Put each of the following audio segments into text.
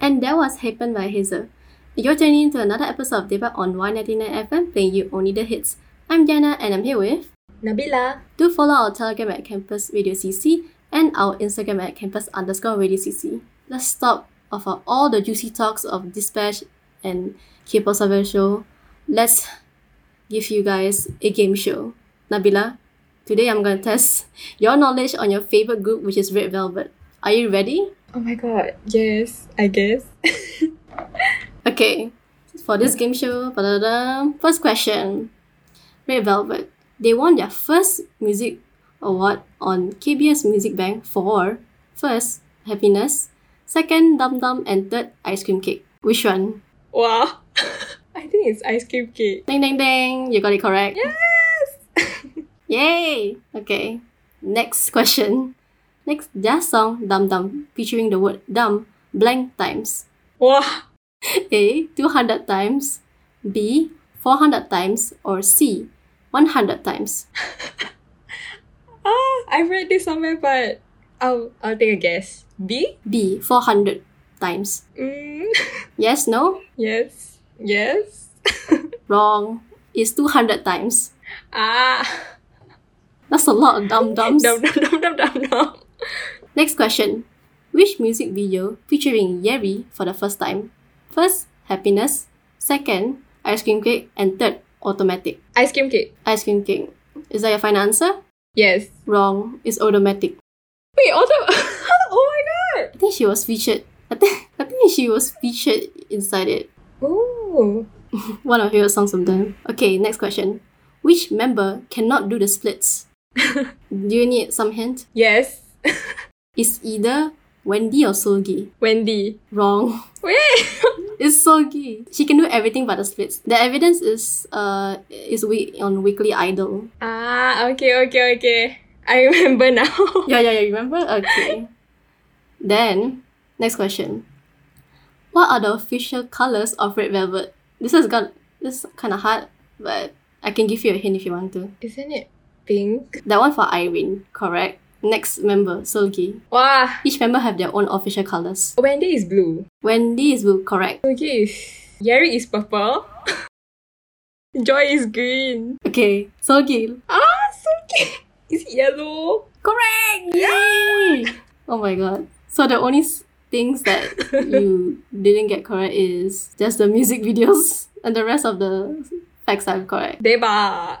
And that was Happen by Hazel. You're tuning into another episode of Debug on Y99 FM, playing you only the hits. I'm Jana and I'm here with. Nabila. Do follow our Telegram at Campus Radio CC and our Instagram at Campus underscore Radio CC. Let's stop of our- all the juicy talks of Dispatch and K-pop Survivor Show. Let's give you guys a game show. Nabila, today I'm gonna test your knowledge on your favorite group, which is Red Velvet. Are you ready? Oh my god. Yes, I guess. Okay, for this game show, ba-da-da, first question. Red Velvet. They won their first music award on KBS Music Bank for first, Happiness, second, Dum Dum, and third, Ice Cream Cake. Which one? wow. I think it's ice cream cake. Ding ding ding! You got it correct. Yay! Okay, next question. Next, their song Dum Dum featuring the word dumb blank times. Wow. A. 200 times. B. 400 times. Or C. 100 times. Ah, I read this somewhere, but I'll I'll take a guess. B. B. 400 times. Mm. Yes, no? Yes. Yes. Wrong. It's 200 times. Ah. That's a lot of dum dums. Dum dum dum dum dum dum. Next question. Which music video featuring Yeri for the first time? First, Happiness. Second, Ice Cream Cake. And third, Automatic. Ice cream cake. Ice Cream Cake. Is that your final answer? Yes. Wrong. It's Automatic. Wait. Also. oh my I god. think she was featured. I think, I think she was featured inside it. Ooh. One of your songs from them. Okay, next question. Which member cannot do the splits? do you need some hint? Yes. It's either Wendy or Solgi. Wendy. Wrong. Wait. It's Solgi. She can do everything but the splits. The evidence is uh is we- on Weekly Idol. ah. Okay. Okay. Okay. I remember now. Yeah, yeah, yeah. Remember? Okay. then next question. What are the official colors of Red Velvet? This has got this kind of hard, but I can give you a hint if you want to. Isn't it pink? That one for Irene, correct? Next member, Solgi. Wow. Each member have their own official colors. Wendy is blue. Wendy is blue, correct. Okay, is Yeri is purple. Joy is green. Okay, Solgi. Ah, so cute. Is it yellow? Correct! Yay! Oh my god. So the only s- things that you didn't get correct is just the music videos and the rest of the facts are correct. Deba.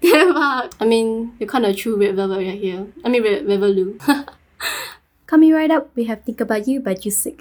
Deva. I mean, you're kind of true Red Velvet right here. I mean, Red Velvet Lou. Coming right up, we have Think About You by Jusik.